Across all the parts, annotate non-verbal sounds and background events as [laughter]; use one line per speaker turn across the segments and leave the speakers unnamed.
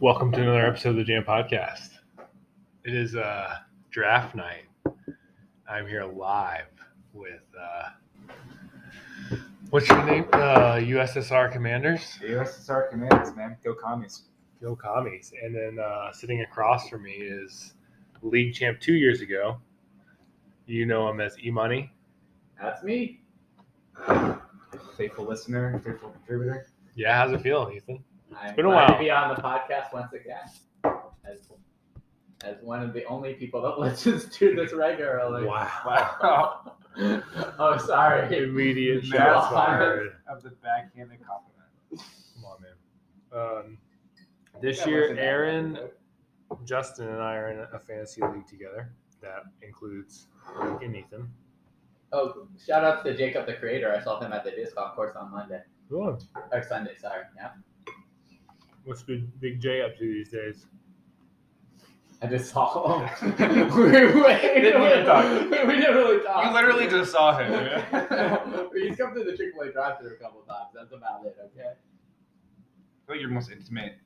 Welcome to another episode of the Jam Podcast. It is uh, draft night. I'm here live with uh, what's your name? Uh, USSR Commanders,
The USSR commands, man. Go commies.
Yo Commies, and then uh, sitting across from me is league champ two years ago. You know him as E Money.
That's me. Faithful listener, faithful contributor.
Yeah, how's it feeling, Ethan?
I'm
been a
glad
while.
to be on the podcast once again. As as one of the only people that [laughs] listens to this regularly. Wow. [laughs] oh, sorry.
Immediate
Shots
shots
fired.
Of the backhanded compliment.
Come on, man. Um, this
That
year,
wasn't that
Aaron
bad.
Justin and I are in a fantasy league together that includes Luke and Ethan.
Oh, shout out to Jacob the Creator. I saw him at the discount course on Monday
Cool.
or Sunday. Sorry. Yeah.
What's Big, Big J up to these days?
I just saw him. [laughs] we, we-
Didn't even talk.
we didn't really talk.
just saw
[laughs] He's come to the Chick Fil A drive-through a couple times. That's about it. Okay.
I feel your most intimate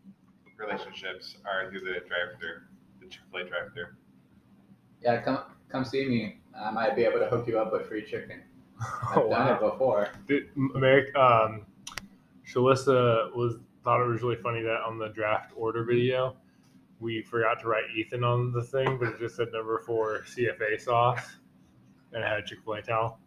relationships are through the drive-through, the Chick-fil-A drive-through.
Yeah, come come see me. I might be able to hook you up with free chicken.
[laughs]
I've
Oh,
done
wow.
it before.
Dude, America, um, Shalissa was thought it was really funny that on the draft order video, we forgot to write Ethan on the thing, but it just said number four CFA sauce, and it had a Chick Fil A towel.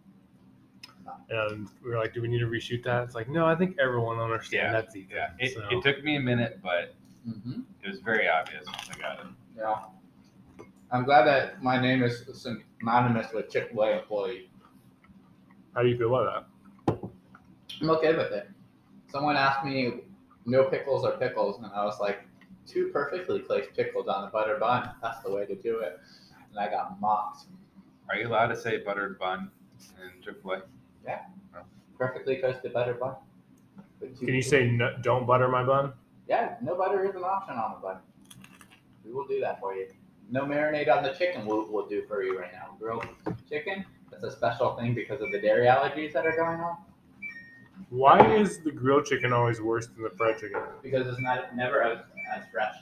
And we were like, "Do we need to reshoot that?" It's like, "No, I think everyone understands
Yeah,
that's Ethan."
Yeah, it,
so.
it took me a minute, but
Mm-hmm.
it was very obvious once I got it.
Yeah. I'm glad that my name is synonymous with Chick fil A employee.
How do you feel about
I'm okay with it. Someone asked me, no pickles or pickles, and I was like, two perfectly placed pickles on a butter bun. That's the way to do it. And I got mocked.
Are you allowed to say buttered bun in Chick-fil-A?
Perfectly toasted butter bun. With
that?
two-
Can you say no, don't butter my bun?
Yeah, no butter is an option on the bun. We will do that for you. No marinade on the chicken we'll, we'll do for you right now. Grilled chicken, that's a special thing because of the dairy allergies that are going on.
Why is the grilled chicken always worse than the fried chicken?
Because it's not never as, as fresh.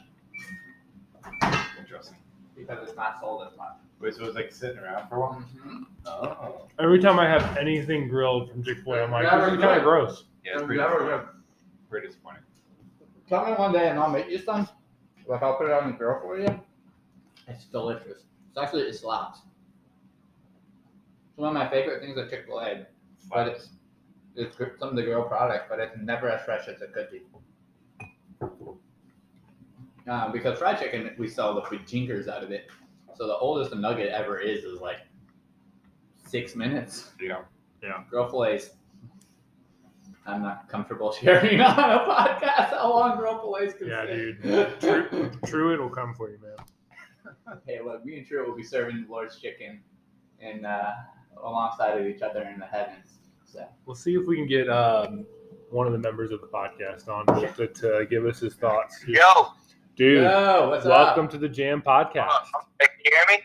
Interesting.
Because it's not sold as much.
Wait, so it was like sitting around for a while? Oh.
Every time I have anything grilled from Chick Fil A, I'm like,
Yeah,
this is
we're
kind of
good.
gross.
Yeah, it's pretty, disappointing. pretty disappointing.
Come in one day and I'll make you some. Like I'll put it on the grill for you. It's delicious. It's actually it's slaps. It's one of my favorite things at Chick Fil A, but it's it's gr- some of the grill products, but it's never as fresh as it could be. Uh, because fried chicken, we sell the fajingers out of it. So the oldest a nugget ever is is like six minutes.
Yeah.
Grill fillets. I'm not comfortable [laughs] sharing on a podcast how long grill fillets can
Yeah,
stay.
dude. True, true, it'll come for you, man.
Hey, look, me and Drew will be serving the Lord's chicken and uh, alongside of each other in the heavens. So
We'll see if we can get um, one of the members of the podcast on to, to give us his thoughts.
Yo,
Dude,
Yo, what's
welcome
up?
to the Jam Podcast.
can you hear me?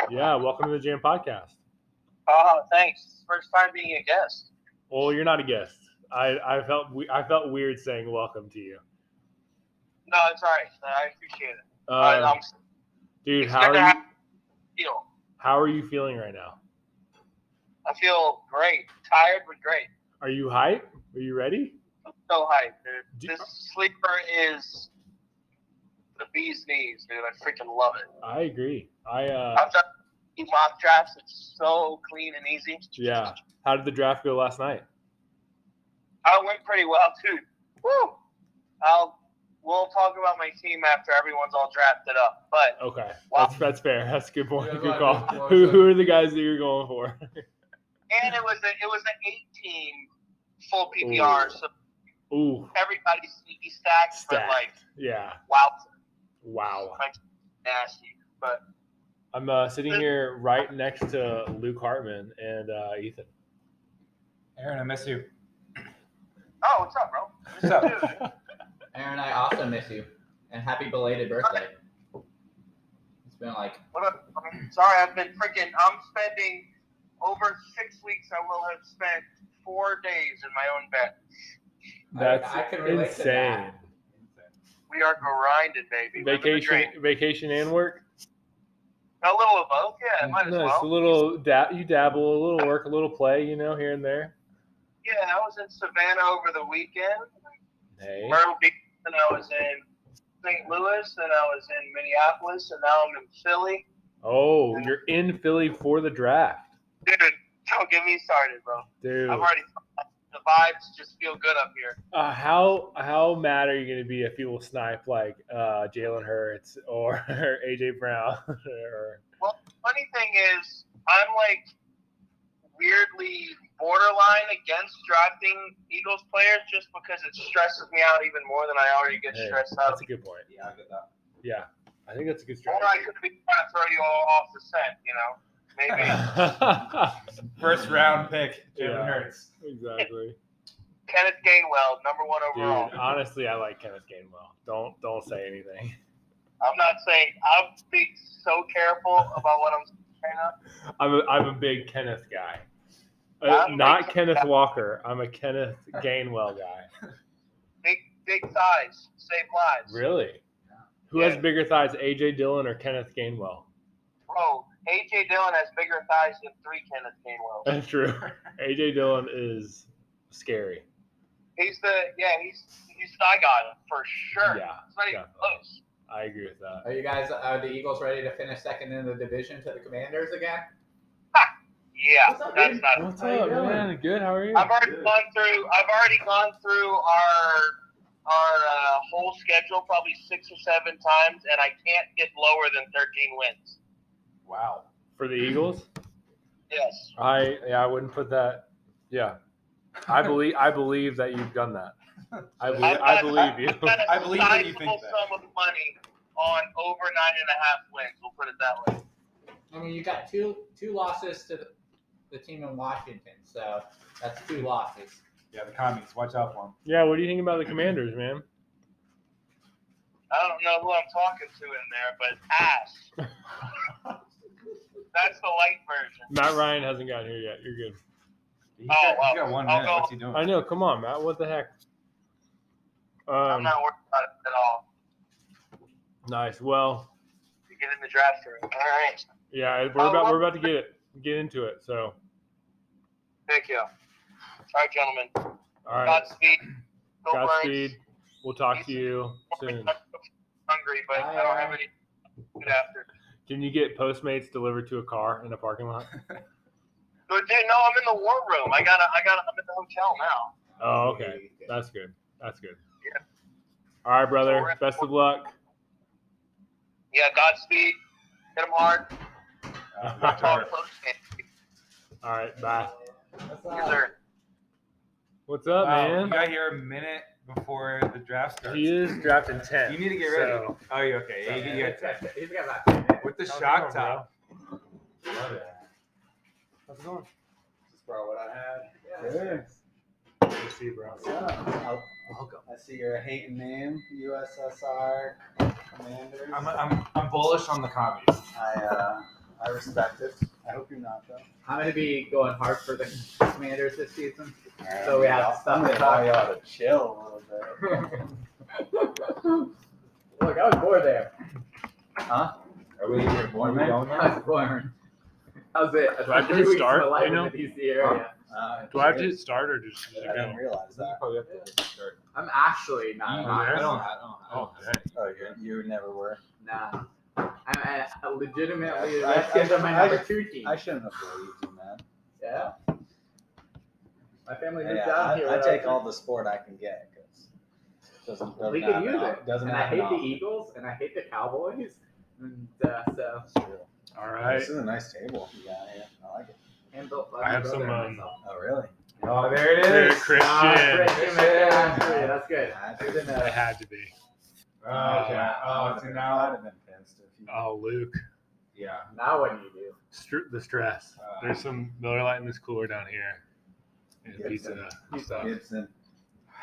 uh,
Yeah, welcome to the Jam Podcast.
Oh, thanks. First time being a guest.
Well, you're not a guest. I, I felt we, I felt weird saying welcome to you.
No, it's all right. I appreciate it. I,
Um,
I'm,
dude,
it's
how
good to
are you,
have you. know,
how are you feeling right now?
I feel great. Tired, but great.
Are you hype? Are you ready?
So hyped, dude.
Do-
This sleeper is the bee's knees, dude. I freaking love it.
I agree. I uh,
I've done these mock drafts. It's so clean and easy.
Yeah. How did the draft go last night?
I went pretty well, [laughs] too. Woo! I'll, we'll talk about my team after everyone's all drafted up. But
Okay.
Wow.
That's, that's fair. That's a good point.
Yeah,
good
right.
call.
That's what I
Who,
said.
who are the guys that you're going for? [laughs]
and it was a, it was an eight team full PPR,
Ooh.
so
Ooh,
everybody's sneaky stacked,
Stacked.
but like
yeah.
wow,
Wow.
nasty. But
I'm uh, sitting here right next to Luke Hartman and uh, Ethan.
Aaron, I miss you.
oh, what's up, bro?
What's up?
Aaron, I also miss you, and happy belated birthday. It's been like
What up? I'm sorry, I've been freaking. I'm spending over six weeks. I will have spent four days in my own bed.
I-
That's
I can relate to
insane.
that.
We are grinding, baby. Living the
Vacation,
dream.
vacation and work.
A little of both, yeah. Might as
Nice.
well.
A little da- you dabble, a little work, a little play, you know, here and there.
Yeah, I was in Savannah over the weekend,
Hey.
Myrtle Beach, and I was in St. Louis, and I was in Minneapolis, and now I'm in Philly.
Oh, you're in Philly for the draft,
Dude, don't get me started, bro.
dude.
I've already the vibes just feel good up here.
Uh, how how mad are you going to be if you will snipe like uh, Jalen Hurts or [laughs] AJ Brown? [laughs] or
Funny thing is, I'm like weirdly borderline against drafting Eagles players just because it stresses me out even more than I already get
Hey,
stressed out.
that's a good point.
Yeah, I get that.
Yeah, I think that's a good
Or I
strategy.
could be trying to throw you all off the scent, you know?
[laughs]
Maybe.
First round pick, Jalen
Yeah.
Hurts.
[laughs]
exactly,
Kenneth Gainwell, number one
dude.
overall.
Honestly, I like Kenneth Gainwell. Don't don't say anything. [laughs]
I'm not saying I'm being so careful about what I'm saying right now.
I'm a, I'm a big Kenneth guy. Uh,
I'm
not
like-
Kenneth Walker. I'm a Kenneth Gainwell guy.
Big, big size, save lives.
Really? Who has
Yeah.
bigger thighs, AJ Dillon or Kenneth Gainwell? [laughs]
Bro, AJ Dillon has bigger thighs than three Kenneth Gainwell.
That's
[laughs]
true. AJ Dillon is scary.
He's the yeah, he's he's I got for sure.
Yeah,
it's not even
definitely.
close.
I agree with that.
Are you guys, are the Eagles ready to finish second in the division to the Commanders again?
Yeah,
What's up,
that's
dude?
not.
What's
How you
up,
doing?
man? Good. How are you?
I've already gone through. I've already gone through our our uh, whole schedule probably six or seven times, and I can't get lower than thirteen wins.
Wow.
For the Eagles,
Yes.
I yeah, I wouldn't put that. Yeah, [laughs] I believe I believe that you've done
[laughs]
that. I believe [laughs] I believe you.
I've got a
I believe that you think
sizable
that.
sum of money on over nine and a half wins. We'll put it that way.
I mean, you got two two losses to the, the team in Washington, so that's two losses.
Yeah, the commies. Watch out for
Yeah, what do you think about the Commanders, man?
I don't know who I'm talking to in there, but [laughs] ass. That's the light version.
Matt Ryan hasn't gotten here yet. You're good.
him.
Oh,
got,
well,
he got one
I'll
minute.
go-
What's he doing?
I know. Come on, Matt. What the heck?
I'm
Um,
not worried about it at all.
nice. Well,
You get in the draft room. All right.
yeah, we're about we're about to get it, get into it. So,
Thank you. All right, gentlemen.
all right.
Godspeed. Go Birds.
Godspeed. We'll talk to you soon.
hungry, but I don't have any good after.
Can you get Postmates delivered to a car in a parking lot?
But dude, no, I'm in the war room. I gotta, I gotta, I'm at the hotel now.
Oh, okay. That's good. That's good.
Yeah.
All right, brother. Best of luck.
Yeah, Godspeed. Hit him hard.
[laughs]
Uh,
All
back to
[laughs]
Call it
our-
close.
right, bye.
That's
Yes,
not,
sir.
What's up,
Wow, You
man?
got here a minute before the draft starts.
He is drafting ten.
You need to get ready.
so-
Oh, you okay? Yeah, you, you got time.
he's got about ten minutes.
With the
How's it
shock
going,
top.
How's it going?
Just brought what I had.
Good to see you, bro.
Oh, welcome. I see you're a hating name, USSR Commanders.
I'm, I'm, I'm bullish on the commies.
I, uh, I respect it. I hope you're not though.
I'm gonna be going hard for the Commanders this season. [laughs] So we have
I'm gonna
something to
tell
talk
y'all to chill a little bit.
Look, I was born there. [laughs]
Huh?
[laughs] Are we even born
man?
I was born. How's it?
Do I have to
Three weeks
start,
of my life
you know?
in the DC area.
Uh,
Do I have to start or just
I didn't realize that. Oh,
Oh,
I'm actually not.
You
not
there?
I don't have.
Oh, hey.
Oh, you never were.
Nah. I'm I, I legitimately
Yeah, I-
Redskins
I-
are my
I-
number two team.
I shouldn't have believed you, man.
yeah. My family moved
Yeah,
out here.
I, I
when
take
was-
all the sport I can get because doesn't, doesn't
We can
happen
use
al-
it.
Doesn't
And I
happen
hate the
often.
Eagles and I hate the Cowboys. And uh, so
It's true.
All right.
This is a nice table you got here. I like it.
and built by
I
my
have
brother
some,
and
um,
myself.
Oh, really?
Oh, there it
Hey,
is.
Christian.
Ah, great,
It
give me
Yeah.
that. Great, That's good.
I
Good to know.
had to be.
Oh, yeah. Oh, so
I'd
now.
have been pissed if you.
Oh, Luke.
Yeah.
Now what do you do?
Str- the stress. There's some Miller Lite in this cooler down here. And
Yes,
pizza. stuff.
Gibson.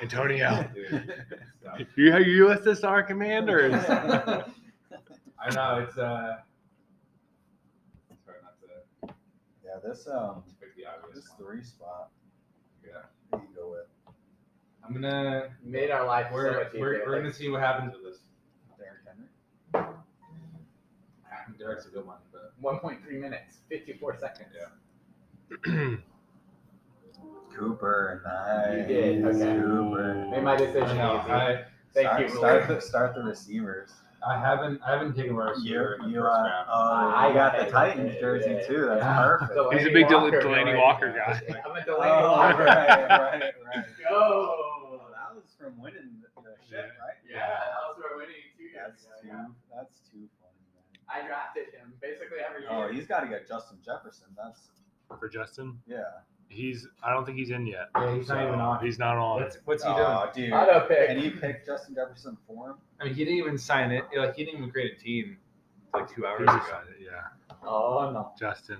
Antonio.
Dude. So,
You're USSR commanders.
I know it's uh. Sorry not to
[laughs] yeah, this um,
pick the obvious
this
one.
three spot
Yeah.
that you go with.
I'm gonna
You made our life so
we're
much easier.
we're, we're gonna see what happens with this.
mean, Derek's a good one, but
1.3 minutes, 54 seconds.
Yeah.
Cooper, nice.
You did, okay.
Cooper.
Made my decision.
I, know,
easy.
I,
Thank
start,
you.
Start
Lord.
the, start the receivers.
I haven't I haven't taken a receiver
You,
in the
you,
first
uh,
round.
oh,
I
you got
got
the
it.
Titans
Yeah,
jersey
yeah,
too. That's
yeah.
perfect.
Delaney
He's a big Del-
Walker,
Delaney
right?
Walker guy.
[laughs] I'm a
Oh,
Delaney
right,
Walker. [laughs]
right, right.
Go.
that was from winning the, the shit,
Yeah.
right?
Yeah, that was our winning two years
That's
ago.
too.
yeah.
That's too funny,
I drafted him basically every
man.
year.
Oh, he's got to get Justin Jefferson. That's
for Justin.
yeah.
He's I don't think he's in yet.
Yeah, he's not even on.
He's not on.
What's what's he doing?
oh, dude.
Auto pick.
Can you pick Justin Jefferson for him?
I mean, he didn't even sign it. Like he didn't even create a team like two hours
He's
ago.
excited, yeah,
Oh no.
Justin.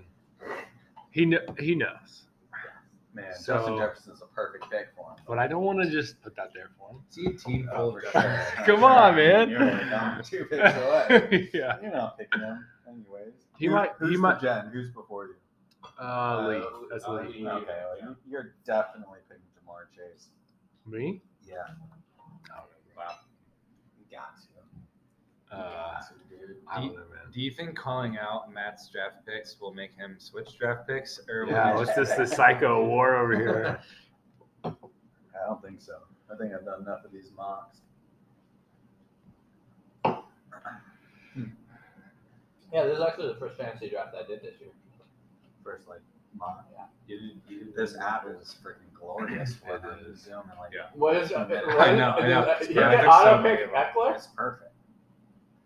He kn- he knows,
Man,
So-
Justin Jefferson's a perfect pick for him.
but I don't want to just put that there for him.
See a team
Oh,
full
[laughs]
for
of
sure.
guys.
[laughs] Come on, man.
You're only down two
[laughs]
picks away.
yeah,
You're not picking him, anyways.
He
Who-
might- he
Who's the
might-
Gen? Who's before you?
uh, Lee.
Uh,
That's
uh,
Lee.
Yeah.
Okay, well, you- you're definitely picking Jamar Chase.
Me?
Yeah.
Oh,
Wow. You got to. You
Uh,
got to, dude.
I don't know, man.
Do you think calling out Matt's draft picks will make him switch draft picks, or will
Yeah,
he
what's
just-
this? This psycho war over
[laughs]
here.
I don't think so. I think I've done enough of these mocks.
Yeah, this is actually the first fantasy draft I did this year.
First, like, mock.
Yeah.
You didn't- you didn't-
This app is freaking glorious for
It
the
is.
Zoom and like,
Yeah.
What is [laughs]
I
what is-
know, I know.
You
Yeah, I took
can
so
auto
many
pick
of them.
Eckler?
it's perfect.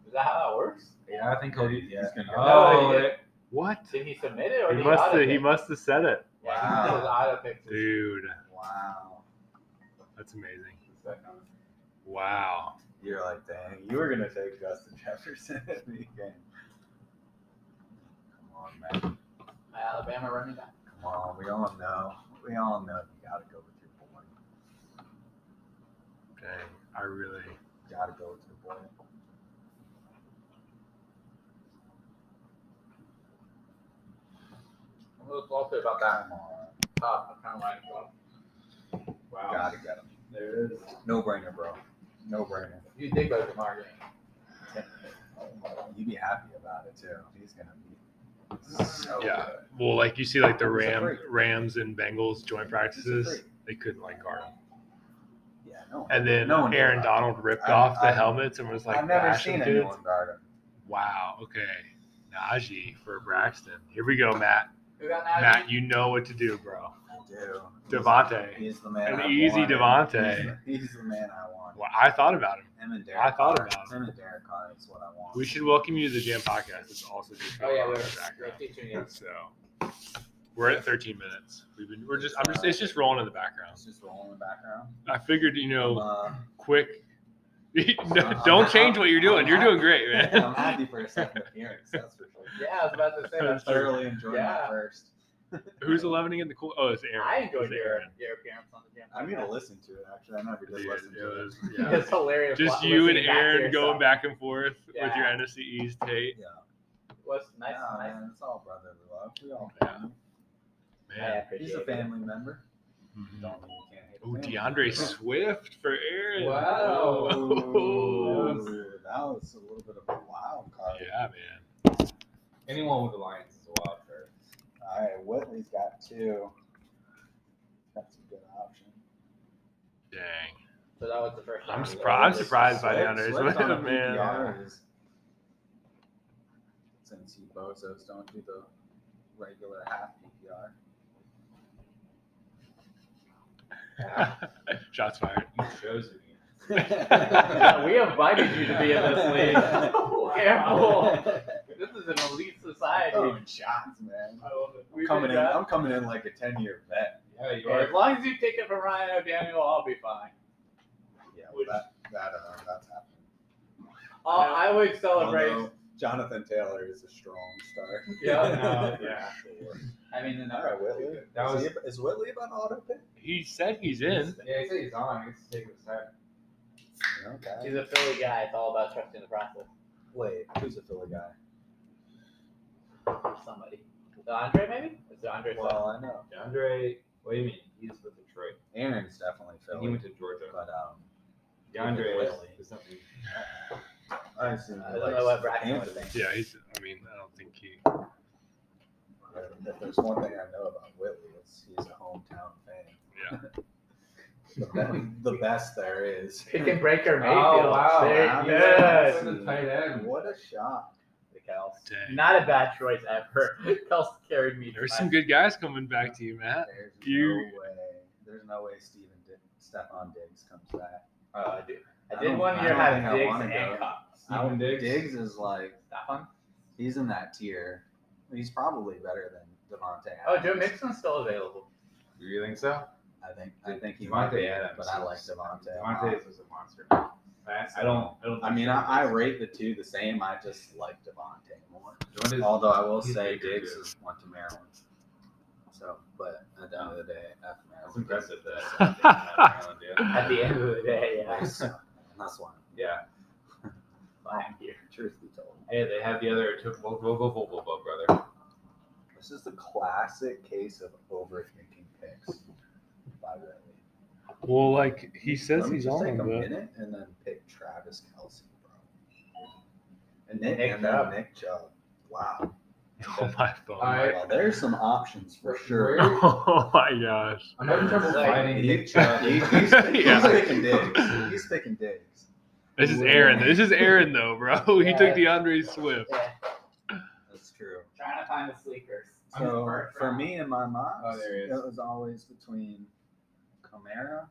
Is that how that works?
Yeah, I think he'll.
He's
Yeah. [laughs]
gonna go.
Oh,
No, he
that-
What?
Did he submit it or
He
did
must
auto
have. He
pick?
must have said it,
Yeah, he
Wow.
says auto pick.
dude.
Wow.
That's amazing.
Second.
Wow.
You're like, dang, you were gonna take Justin Jefferson [laughs] in the game. Come on, man.
My Alabama running back.
Come on, we all know. We all know you gotta go with your boy.
Dang. I really.
You gotta go with your boy.
I'm a little salty about that
Come on.
top. I kind of like well,
wow.
Gotta get him.
There it is.
No brainer, bro. No brainer.
You did go to Jamar Green.
[laughs] You'd be happy about it too. He's gonna be so
Yeah.
good.
Well, like you see, like the
Oh, He's a
Ram,
freak.
Rams and Bengals joint practices,
freak.
they couldn't like guard him.
Yeah, no.
And then
No one did
Aaron
that.
Donald ripped
I-
off the
I-
helmets and was like,
I've never
bashing
seen
dudes.
anyone guard him.
Wow. Okay. Najee for Braxton. Here we go, Matt.
Who got that?
Matt, you know what to do, bro.
I do. He's-
Devontae.
He's the man.
An
I
easy
wanted.
Devontae.
He's the- He's, the man I want.
Well, I thought about him.
Him and Derek.
I thought
Carr.
about it.
Him and Derek Carr. That's what I want.
We should welcome you to the Jam Podcast. It's also just
Oh yeah, we're, we're
background.
teaching you.
So we're at 13 minutes. We've been we're just I'm just it's just rolling in the background.
It's just rolling in the background.
I figured you know
Uh,
quick. [laughs] No, don't change what you're doing. You're doing great, [laughs]
[laughs]
I'm
man.
happy for a second appearance. That's for sure.
Yeah, I was about to say
I
that's
[laughs] thoroughly enjoyed
Yeah.
my first.
Who's 11 again? The cool. Oh, it's Aaron.
I
It's
enjoyed your, your appearance on the jam.
I'm gonna listen to it actually. I never did
Dude,
listen
it
to it.
was- yeah.
[laughs] It's
[laughs]
hilarious.
Just
li-
you and
listening back to
Aaron going
yourself.
back and forth with your
Yeah.
NFC East tape.
Yeah.
What's nice,
Nah,
nice.
man, it's all brotherly love. We all
Yeah.
family.
I
Man.
appreciate
He's a
it.
family member.
Mhm.
Don't you can't hate a
Oh,
family
DeAndre
member.
Swift for Aaron.
Wow.
Ooh,
Oh.
that was a little bit of a wild card.
[laughs] yeah, man.
Anyone with the Lions is a wild card.
All right, Whitley's got two. That's a good option.
Dang.
So that was the first.
I'm
time we
surprised- I'm
did this.
surprised by
Swift-
DeAndre [laughs]
Swift on a
Swift, man.
PPR is- Since you bozos don't do the regular half PPR.
[laughs] Shots fired.
You chose me.
Yeah, [laughs]
[laughs]
we invited you to be in this league. Careful. This is an elite society.
Oh, shots, man.
I love it.
I'm
We've
coming
been
in.
done.
I'm coming in like a ten year vet.
Yeah, you
Yeah,
are.
as long as you take it from Ryan O'Daniel, I'll be fine.
Yeah, well,
Which-
that that uh, that's happening.
I'll,
Uh,
I would celebrate.
Although Jonathan Taylor is a strong start.
Yeah.
[laughs]
No, yeah.
I mean, the
[laughs] All
number
right, Whitley.
That
is,
was-
he- is Whitley about auto pick?
He said he's in.
Yeah, he said he's on. He gets to take his time.
Okay.
He's a Philly guy. It's all about trusting the process.
Wait, who's a Philly guy?
Somebody. DeAndre, maybe? Is DeAndre? something?
Well, I know.
DeAndre, what do you mean? He's with Detroit.
Aaron's definitely
And he
Philly,
went to Georgia.
but um,
DeAndre is,
Really?
is something.
Honestly,
I don't know what Braxton would think.
Yeah, he's. I mean, I don't think he.
If there's one thing I know about Whitley, it's he's a hometown
Yeah.
fan. [laughs] The be- The best there is.
Pick and break or Mayfield.
Oh, wow.
There-
Wow.
yes.
That's a tight What a shot. The Cals.
Dang.
Not a
Bad choice ever. [laughs] Kels carried me. to
There's
my-
some good guys coming back to you, Matt.
There's
You-
no way. There's no way Steven Dig- Stephon Diggs comes back.
Uh, dude, I
I
did
don't-
one
I
year
don't
have
think I
Diggs
wanna
and
go.
Cup.
I don't-
Steven Diggs.
Diggs is like
Stephon?
he's in that tier. He's probably better than Devontae.
Oh,
Adams.
Joe Mixon's still available.
Do you think so?
I think I think he might
Devontae
be,
Adams
but I like
is-
Devontae. a lot.
Devontae is a monster. I, I don't. I don't.
I
think
mean,
so.
I, I rate the two the same. I just like Devontae more.
Oh,
Devontae's-
Although I will
he's
say
bigger,
Diggs
too.
is went to Maryland. So, but at the end of the day, F
That's
Maryland.
impressive. That
[laughs]
Maryland, yeah.
At the end of the day, yeah. [laughs]
They suck, man. That's why.
yeah.
I'm here.
Truth be told,
Hey, they have the other two. Whoa, whoa, whoa, whoa, whoa, whoa, brother.
this is the classic case of overthinking picks. By Riley.
Well, like he says
Let me
he's
just
on
take a
him,
minute and then pick Travis Kelsey, bro. And Nick,
Nick
and then
Chubb.
Nick Chubb. Wow.
but [laughs] oh my phone.
All right.
Well, there's some options for sure.
Where-
[laughs] Oh my gosh.
I'm having trouble
Like,
[laughs]
finding
he-
Nick Chubb.
he- he's, picking-
[laughs]
he's
Yeah.
picking digs. He's picking digs.
This is Aaron. This is Aaron though, bro. [laughs] He took DeAndre Swift.
Yeah,
That's true.
trying to find the sleepers.
So for me and my mom,
Oh, there he
it
is.
was always between Camara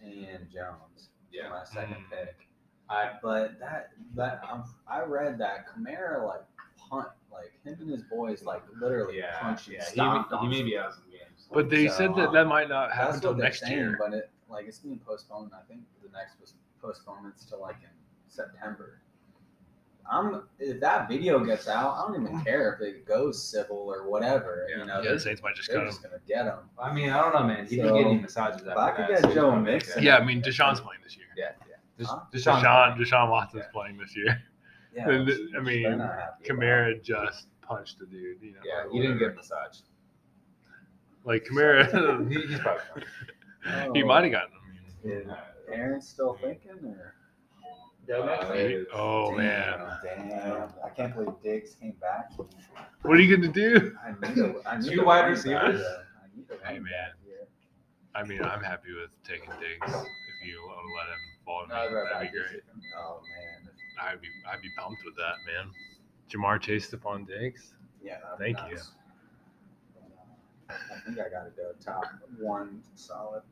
and Jones.
Yeah.
My second
Mm.
pick.
I-
but that that um, I read that Camara like punt like him and his boys like literally
Yeah,
punch
yeah.
and
He, may-
stomped
he
on
may
him.
be out some games.
But they said that that might not happen
That's
until
what they're
next
saying,
year.
but it like it's being postponed. I think the next was postponements to like in September. I'm if that video gets out, I don't even care if it goes civil or whatever.
Yeah.
You know,
Mm. Yeah,
they're,
the Saints might just
they're
cut him.
just gonna get him.
I mean, I don't know, man. He didn't
So,
get any massages after
if I could
that,
get
so he's
Joe
probably
Mixon-
okay.
Yeah, I mean Deshaun's playing this year.
Yeah, yeah,
Des-
Huh?
Deshaun.
Deshaun Deshaun Watson's
Yeah.
playing this year.
yeah.
And
which-
th- I
which
mean,
they're not happy about.
Kamara just punched the dude. You know,
Yeah,
or
he didn't
whatever. [laughs]
get massaged.
like Kamara.
[laughs]
[laughs]
he, oh. he's probably fine.
he might have gotten him.
Is Aaron still thinking or?
Joe
Uh,
Mixon.
Hey.
Mm. Oh
Damn,
man,
Damn, I can't believe Diggs came
[laughs]
back.
what are you gonna do?
I need a, I need
Two
a
wide
running back.
receivers?
I need a
Hey, oh,
running
man.
back here.
I mean, I'm happy with taking Diggs. If you want to let him fall to me,
Another
that'd
back
be great.
Oh man, If-
I'd be I'd be pumped with that, man. Jamar chased upon Diggs.
yeah. that'd be
Thank
nice.
you.
But, uh, I think I gotta go top one solid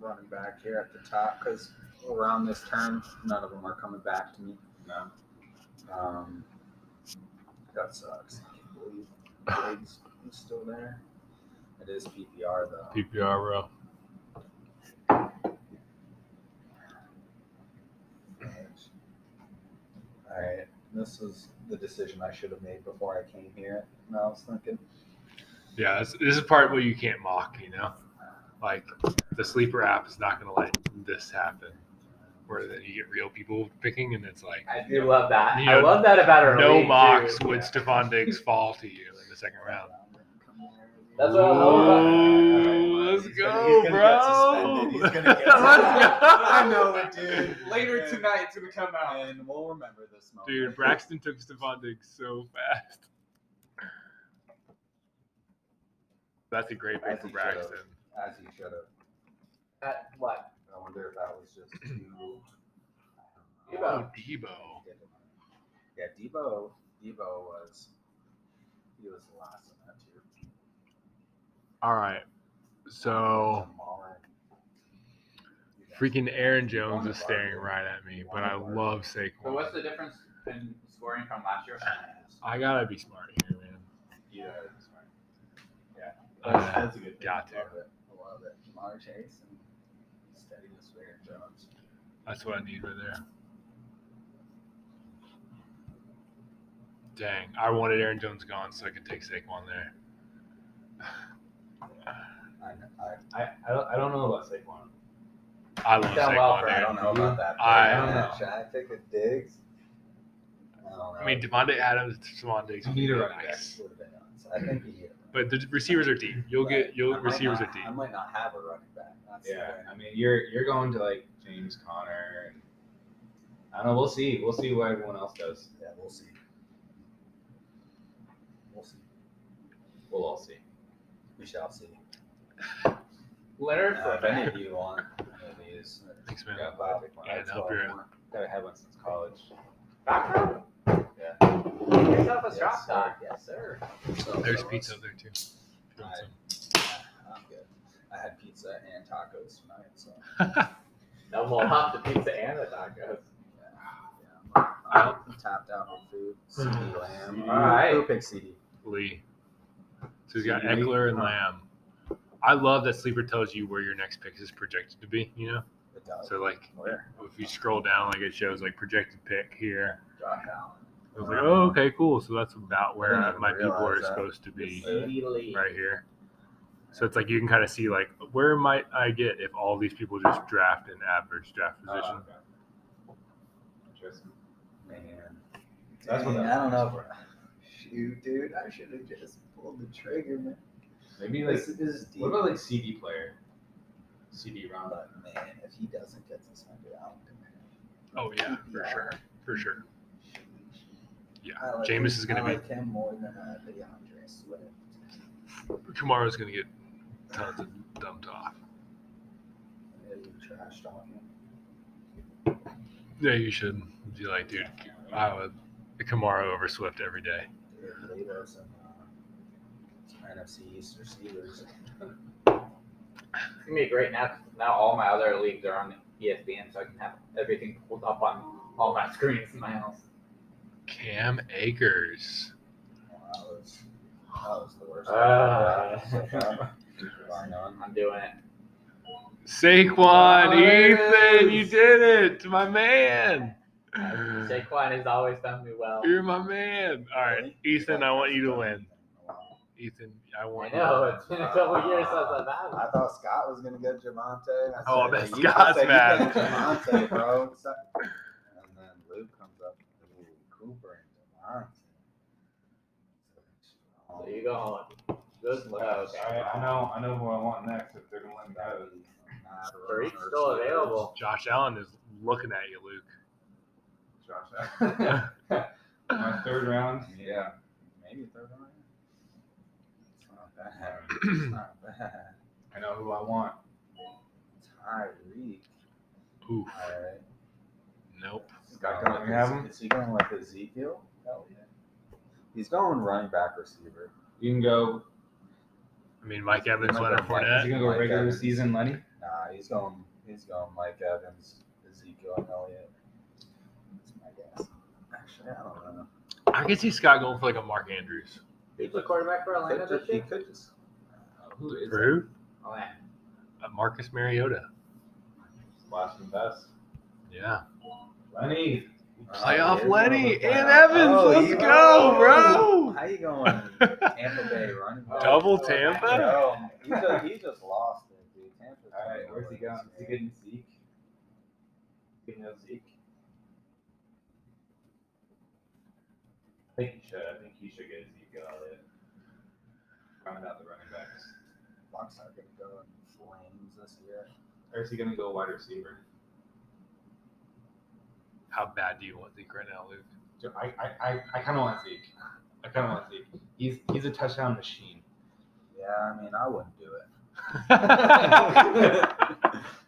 running back here at the top because around this term, none of them are coming back to me.
No.
Um, that sucks. I can't believe Diggs is still there. It is PPR though.
PPR, bro.
Alright, this was the decision I should have made before I came here. And I was thinking,
Yeah, this, this is part where you can't mock. You know, like the sleeper app is not gonna let this happen, where that you get real people picking, and it's like.
I do love that.
You
I
know,
love that about our league,
No
too.
mocks would Stephon Diggs fall to you in the second round.
That's what I love
Ooh,
He's
let's
gonna-
go,
he's
bro.
gonna get suspended. He's gonna
[laughs]
get
Let's go.
I know it, dude.
Later
And-
tonight, it's gonna come out.
and we'll remember this moment.
Dude, Braxton took Stephon Diggs so fast. That's a great pick
As
for
he should've.
Braxton.
as you should have.
about that. What?
I wonder if that was just too. I don't know.
Oh, Debo.
Yeah, Debo. Debo was. He was the last in that tier.
All right. So
Kamara. You guys-
Oh. freaking Aaron Jones is staring right at me, but I love
But what's
Saquon.
the difference in scoring from last year?
I gotta be smart here, man.
Yeah, that's fine.
Uh,
That's a good. pick.
got to.
Love it. I love it. Jamar Chase and steadiness for Aaron Jones.
That's what I need right there. Dang, I wanted Aaron Jones gone so I could take Saquon there.
I, I,
I, I, don't, I don't know about Saquon.
I love
Done
Saquon
well for
there.
I don't know about that.
I-
pick,
I don't
man.
know.
Should I pick with Diggs? I don't know.
I mean, Devontae Adams, Stephon Diggs would be
Neither running
nice.
Would've been nuts. I think he.
But the receivers are deep. You'll get you'll
I might
receivers
not-
are deep.
I might not have a running back. That's the
Yeah,
thing.
I mean, you're you're going to like James Conner and I don't know. We'll see. We'll see what everyone else does.
Yeah, we'll see. We'll see.
We'll all see.
We shall see.
Leonard
Uh, if any
Fournette.
of you want any of these, uh,
Thanks, man.
got five, pick one.
Yeah,
That's
help
what I
your-
want.
Gotta have one since college.
Doctor?
Yeah.
Get yourself a
Yes,
shop
sir.
doc.
Yes, sir. So,
There's
so,
pizza up there too. If you want some.
I'm good. I had pizza and tacos tonight, so
[laughs]
No, [laughs] we'll hop the pizza and the tacos.
yeah, yeah I'm, I'm tapped out on food.
[sighs]
CD Lamb.
All right.
Who picked CD?
Lee. So he's got
CD Lee?
Eckler and
Huh.
Lamb. I love that Sleeper tells you where your next pick is projected to be, you know?
The dog.
So, like,
Where?
if you scroll down, like, it shows, like, projected pick here.
Josh Allen.
I was like, oh, okay, cool. So that's about where
Uh-huh.
uh,
I didn't
my
realize
people are
that.
supposed to be
CD Lee.
right here. So it's like you can kind of see like where might I get if all these people just draft an average draft
Uh-huh.
position.
Uh,
Interesting.
Man.
That's what
Dang,
that
I don't know. If, shoot, dude, I should have just pulled the trigger, man.
maybe like
This is deep.
what about like CD player? CD
I'm
round.
like, man, if he doesn't get this hundred, I'm gonna.
oh yeah, for sure, for sure. Yeah,
I like
Jameis
him-
is gonna
I
be.
like him more than I like DeAndre Swift.
Kamara's gonna get tons of dumped off.
Yeah, you trash talking.
Yeah, you should be like, dude, I would Kamara over Swift every day.
Dude, leave us in, uh, NFC East receivers.
It's gonna be great now. Now all my other leagues are on E ESPN, so I can have everything pulled up on all my [laughs] screens in my house.
Cam Akers.
Well, that was that was the worst.
Ah.
[laughs] So far. Bar none.
I'm doing it.
Saquon,
Oh, there it
Ethan, you
is.
did it, my man. Mm.
Saquon has always done me well.
You're my man. All right, Ethan, I want you to win. Ethan, I
I
want. you to
know
win.
it's been a couple years since I've had one.
I thought Scott was gonna get Javante. and I
Oh, I
said,
bet
"Hey, you-
Scott's
I said,
mad."
You got
[laughs]
Javante, bro. So- and then Luke comes up with Cooper and
So
Javante.
you go home. Those oh, okay.
All right, I know, I know who I want next. If they're gonna let me have it.
Not a
Tariq's
runner,
still
so-
available.
Josh Allen is looking at you, Luke.
Josh Allen. My third round.
Yeah, maybe third round. It's not bad. It's not
[clears throat]
bad.
I know who I want.
Tyreek.
Oof.
All right.
Nope.
Scott gonna let me have him?
Is he going like Ezekiel? Hell yeah. He's going running back receiver.
You can go
I mean, Mike Evans,
Mike
Leonard
Evans.
Fournette.
Is he gonna go
Mike
regular
Evans.
season, Lenny?
Nah, he's going. He's going Mike Evans, Ezekiel, and Elliott. That's my guess. Actually, I don't know.
I can see Scott going for like a Mark Andrews.
Who's the quarterback for Atlanta
Could
this
just, he
year?
could just.
uh, Who is
For who?
Atlanta.
Uh, Marcus Mariota.
Splash and best.
Yeah.
Lenny.
Playoff
here's
Lenny
another
and
playoff.
Evans.
Oh,
Let's
you-
go, bro.
How you going? Tampa Bay running back.
Double
Oh,
Tampa.
Bro, he just, he just lost it, dude. Tampa's
All right, where's he going? Is he getting Zeke? Getting no Zeke. I think he should. I think he should get Zeke out of it. Round out the running backs.
Bucks are gonna go in flames this year.
Or is he gonna go wide receiver?
How bad do you want Zeke right now,
[laughs]
Luke?
So I, I, I, I kind of want Zeke. I kind of want Zeke. He's he's a touchdown machine.
Yeah, I mean, I wouldn't do it,
I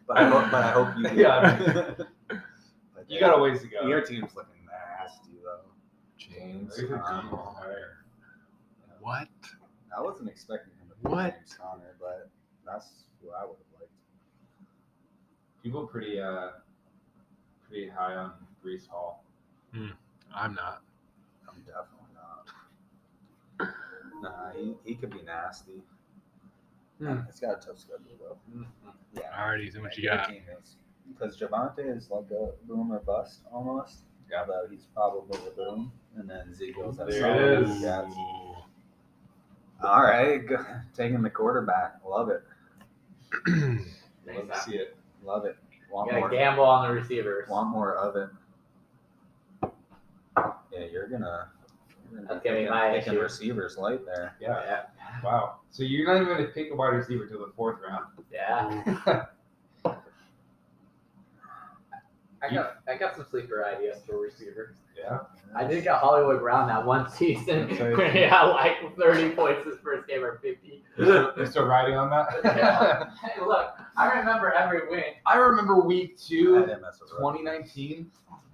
but I hope, but I hope
[laughs]
you. Do.
Yeah, I
But
You uh,
they-
got a ways to go.
Your team's looking nasty though.
James.
Conner.
[laughs] What?
I wasn't expecting him to be
What?
James Conner, but that's who I would have liked.
People pretty uh pretty high on Brees Hall.
I'm not.
I'm definitely not. Nah, he, he could be nasty.
Hmm.
It's got a tough schedule though. Yeah.
All right, Ethan, what you got?
Because Javante is like a boom or bust almost.
Yeah.
Although he's probably a boom, and then Zeke's that
There it is.
solid stats.
Ooh.
All right, go, taking the quarterback. Love it.
Love to see it.
Love it. Want
You
more?
gotta gamble on the receivers.
Want more of it? Yeah, you're gonna. You're
That's gonna be
picking-
my
picking
issue.
receivers late there.
Yeah.
Yeah.
Wow. So you're not even gonna pick a wide receiver
[laughs]
till the fourth round.
Yeah.
I
I got I got some sleeper ideas for receivers.
Yeah.
I did got Hollywood Brown that one [laughs] season
That's right.
when he had like 30 points his first game or 50.
They're still riding on [laughs] that.
Yeah. hey, look, I remember every win.
I remember week
I had
two,
him as a rookie.
2019.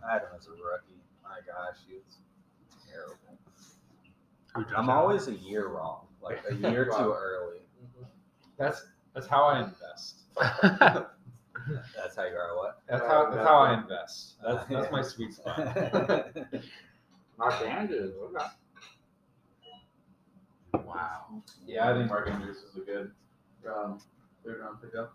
I had him as a rookie. My gosh, he was terrible.
Who, Josh Allen? [laughs]
I'm always a year wrong, like a year too early.
Mm-hmm.
That's that's how I invest.
That's how you are. What?
That's how that's how I invest. That's,
That's-
that's my sweet spot.
[laughs]
Mark Andrews. What about
Wow. Yeah, I think Mark Andrews is a good.
Um, third round pickup.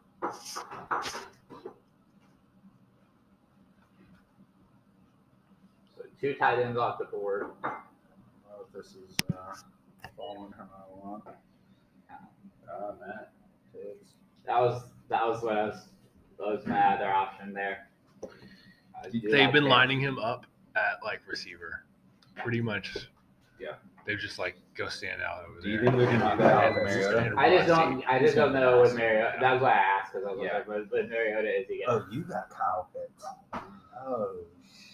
So two tight ends off the board.
Oh, this is uh, falling how I want. Uh, Matt, Diggs.
That was that was what I was. That was my other option there. I do
They've
like
been
Diggs.
lining him up at like receiver, pretty much.
Yeah.
They've just like go stand out over
Do you
there.
think they're
And-
gonna do
that
and-
with
and- and
I just
Ross.
don't. I
He's
just don't
gonna
know
pass
with
it.
Mariota. That's why I asked because I was
Yeah.
like, "With with Mariota is he gonna?"
[laughs] Oh, you got Kyle Pitts. Oh,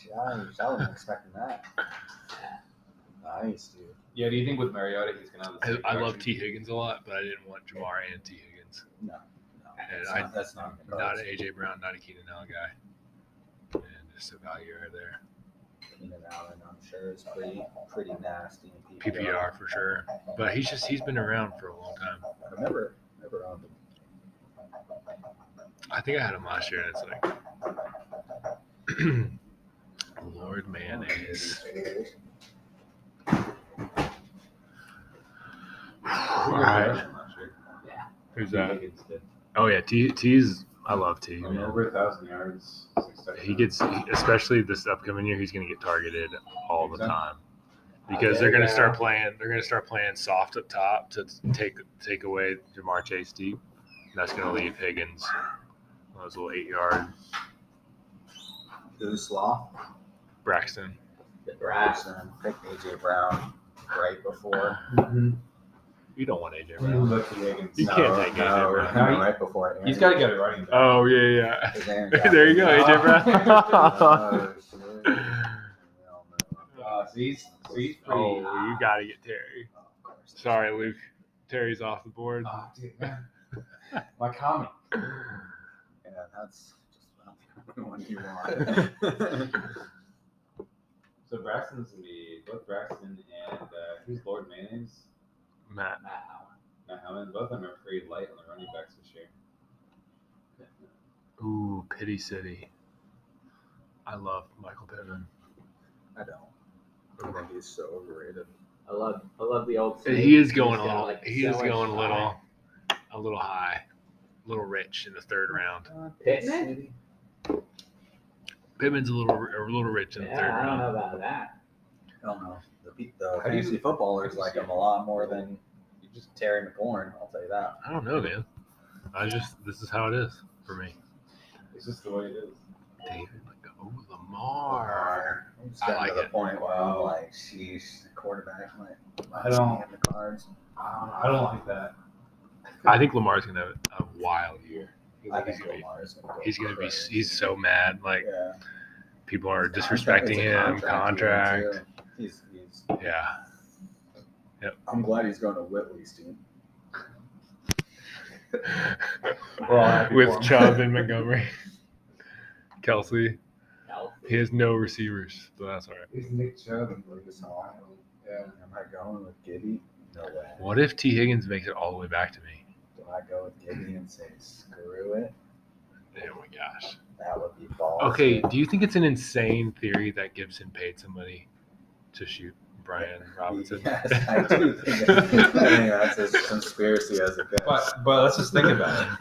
shit. I wasn't expecting that. Nice, dude.
Yeah, do you think with Mariota he's gonna have the
I,
same
I love
production?
T Higgins a lot, but I didn't want Jamar and T Higgins.
No, no.
And
That's
I-
not, that's not gonna
Not
coach.
an AJ Brown, not a Keenan Allen guy, and just a value right there.
Keenan Allen, I'm sure, is pretty, pretty nasty. in
PPR for sure, but he's just he's been around for a long time.
I um, never, never owned him.
I think I had him last year, and it's like, [clears throat] Lord mayonnaise. All right, who's that?
Higgins did.
Oh yeah, T T's. I love T.
Um,
Man.
Over a thousand yards. six
He
touchdowns.
gets, especially this upcoming year, he's going to get targeted all the
Exactly.
time because they're going to start playing. They're going to start playing soft up top to take take away Jamar Chase deep. And that's going to leave Higgins on his little eight yard
Who's Slaw?
Braxton.
The draft.
Braxton. Picked AJ Brown right before.
Mm-hmm.
You don't want AJ
You
Brown.
look to Higgins.
You can't take
no,
AJ Brown.
no,
No, he-
right before. Aaron.
He's got to get it running back.
Oh yeah,
Is Aaron
yeah. [laughs] there you go,
Rodgers.
AJ [laughs] Brown.
Oh, shit. Well, no.
Uh, so he's so he's pretty.
oh, you got to get Terry.
Oh, of course.
Sorry, Luke. Terry's off the [laughs] board.
Oh, dude, man. My comment.
Yeah, that's just about the only [laughs] one you want.
So Braxton's gonna be both Braxton and uh, who's Lord Mayonnaise?
Matt.
Matt Howard.
Matt Howman. Both of them are pretty light on the running backs this year.
Ooh, pity city. I love Michael Pittman.
I don't. I think he's so overrated.
I love. I love the old.
And
Snake.
He is going a
He's got,
little.
like,
He
so
is
much
going a
time.
little, a little high, a little rich in the third round.
Pittman?
Pittman's a little, a little rich in the third
Yeah, I don't
round.
know about that.
I don't know. The, pe- the
do you-
fantasy footballers like him a lot more than you just Terry McLaurin. I'll tell you that.
I don't know, man. I just this is how it is for me.
It's just the way it is.
David, like, oh Lamar.
I'm just
I
getting
like
to the
it.
point where I'm like, sheesh, the quarterback might.
I don't-
have the cards.
Uh, I don't like that.
I think Lamar's gonna have a wild year.
I
He's
think
gonna be,
Lamar's gonna go
he's gonna be.
crazy.
He's so mad. Like
Yeah.
people are
It's a
disrespecting him.
contract- it's a contract
Contract.
year, too. He's, he's,
Yeah.
I'm glad he's going to Whitley's team.
[laughs]
We're all happy for
With
him.
Chubb
[laughs]
and Montgomery, Kelsey. He
Healthy.
has no receivers, so that's all right.
Is Nick Chubb and
Am I going with Gibby? No way.
What if T. Higgins makes it all the way back to me?
Do I go with Gibby and say screw it?
Oh my gosh.
That would be balls.
Okay, do you think it's an insane theory that Gibson paid somebody to shoot Brian Robinson?
Yes,
[laughs]
I do think that- I think that's a conspiracy as a
But but let's just think about it.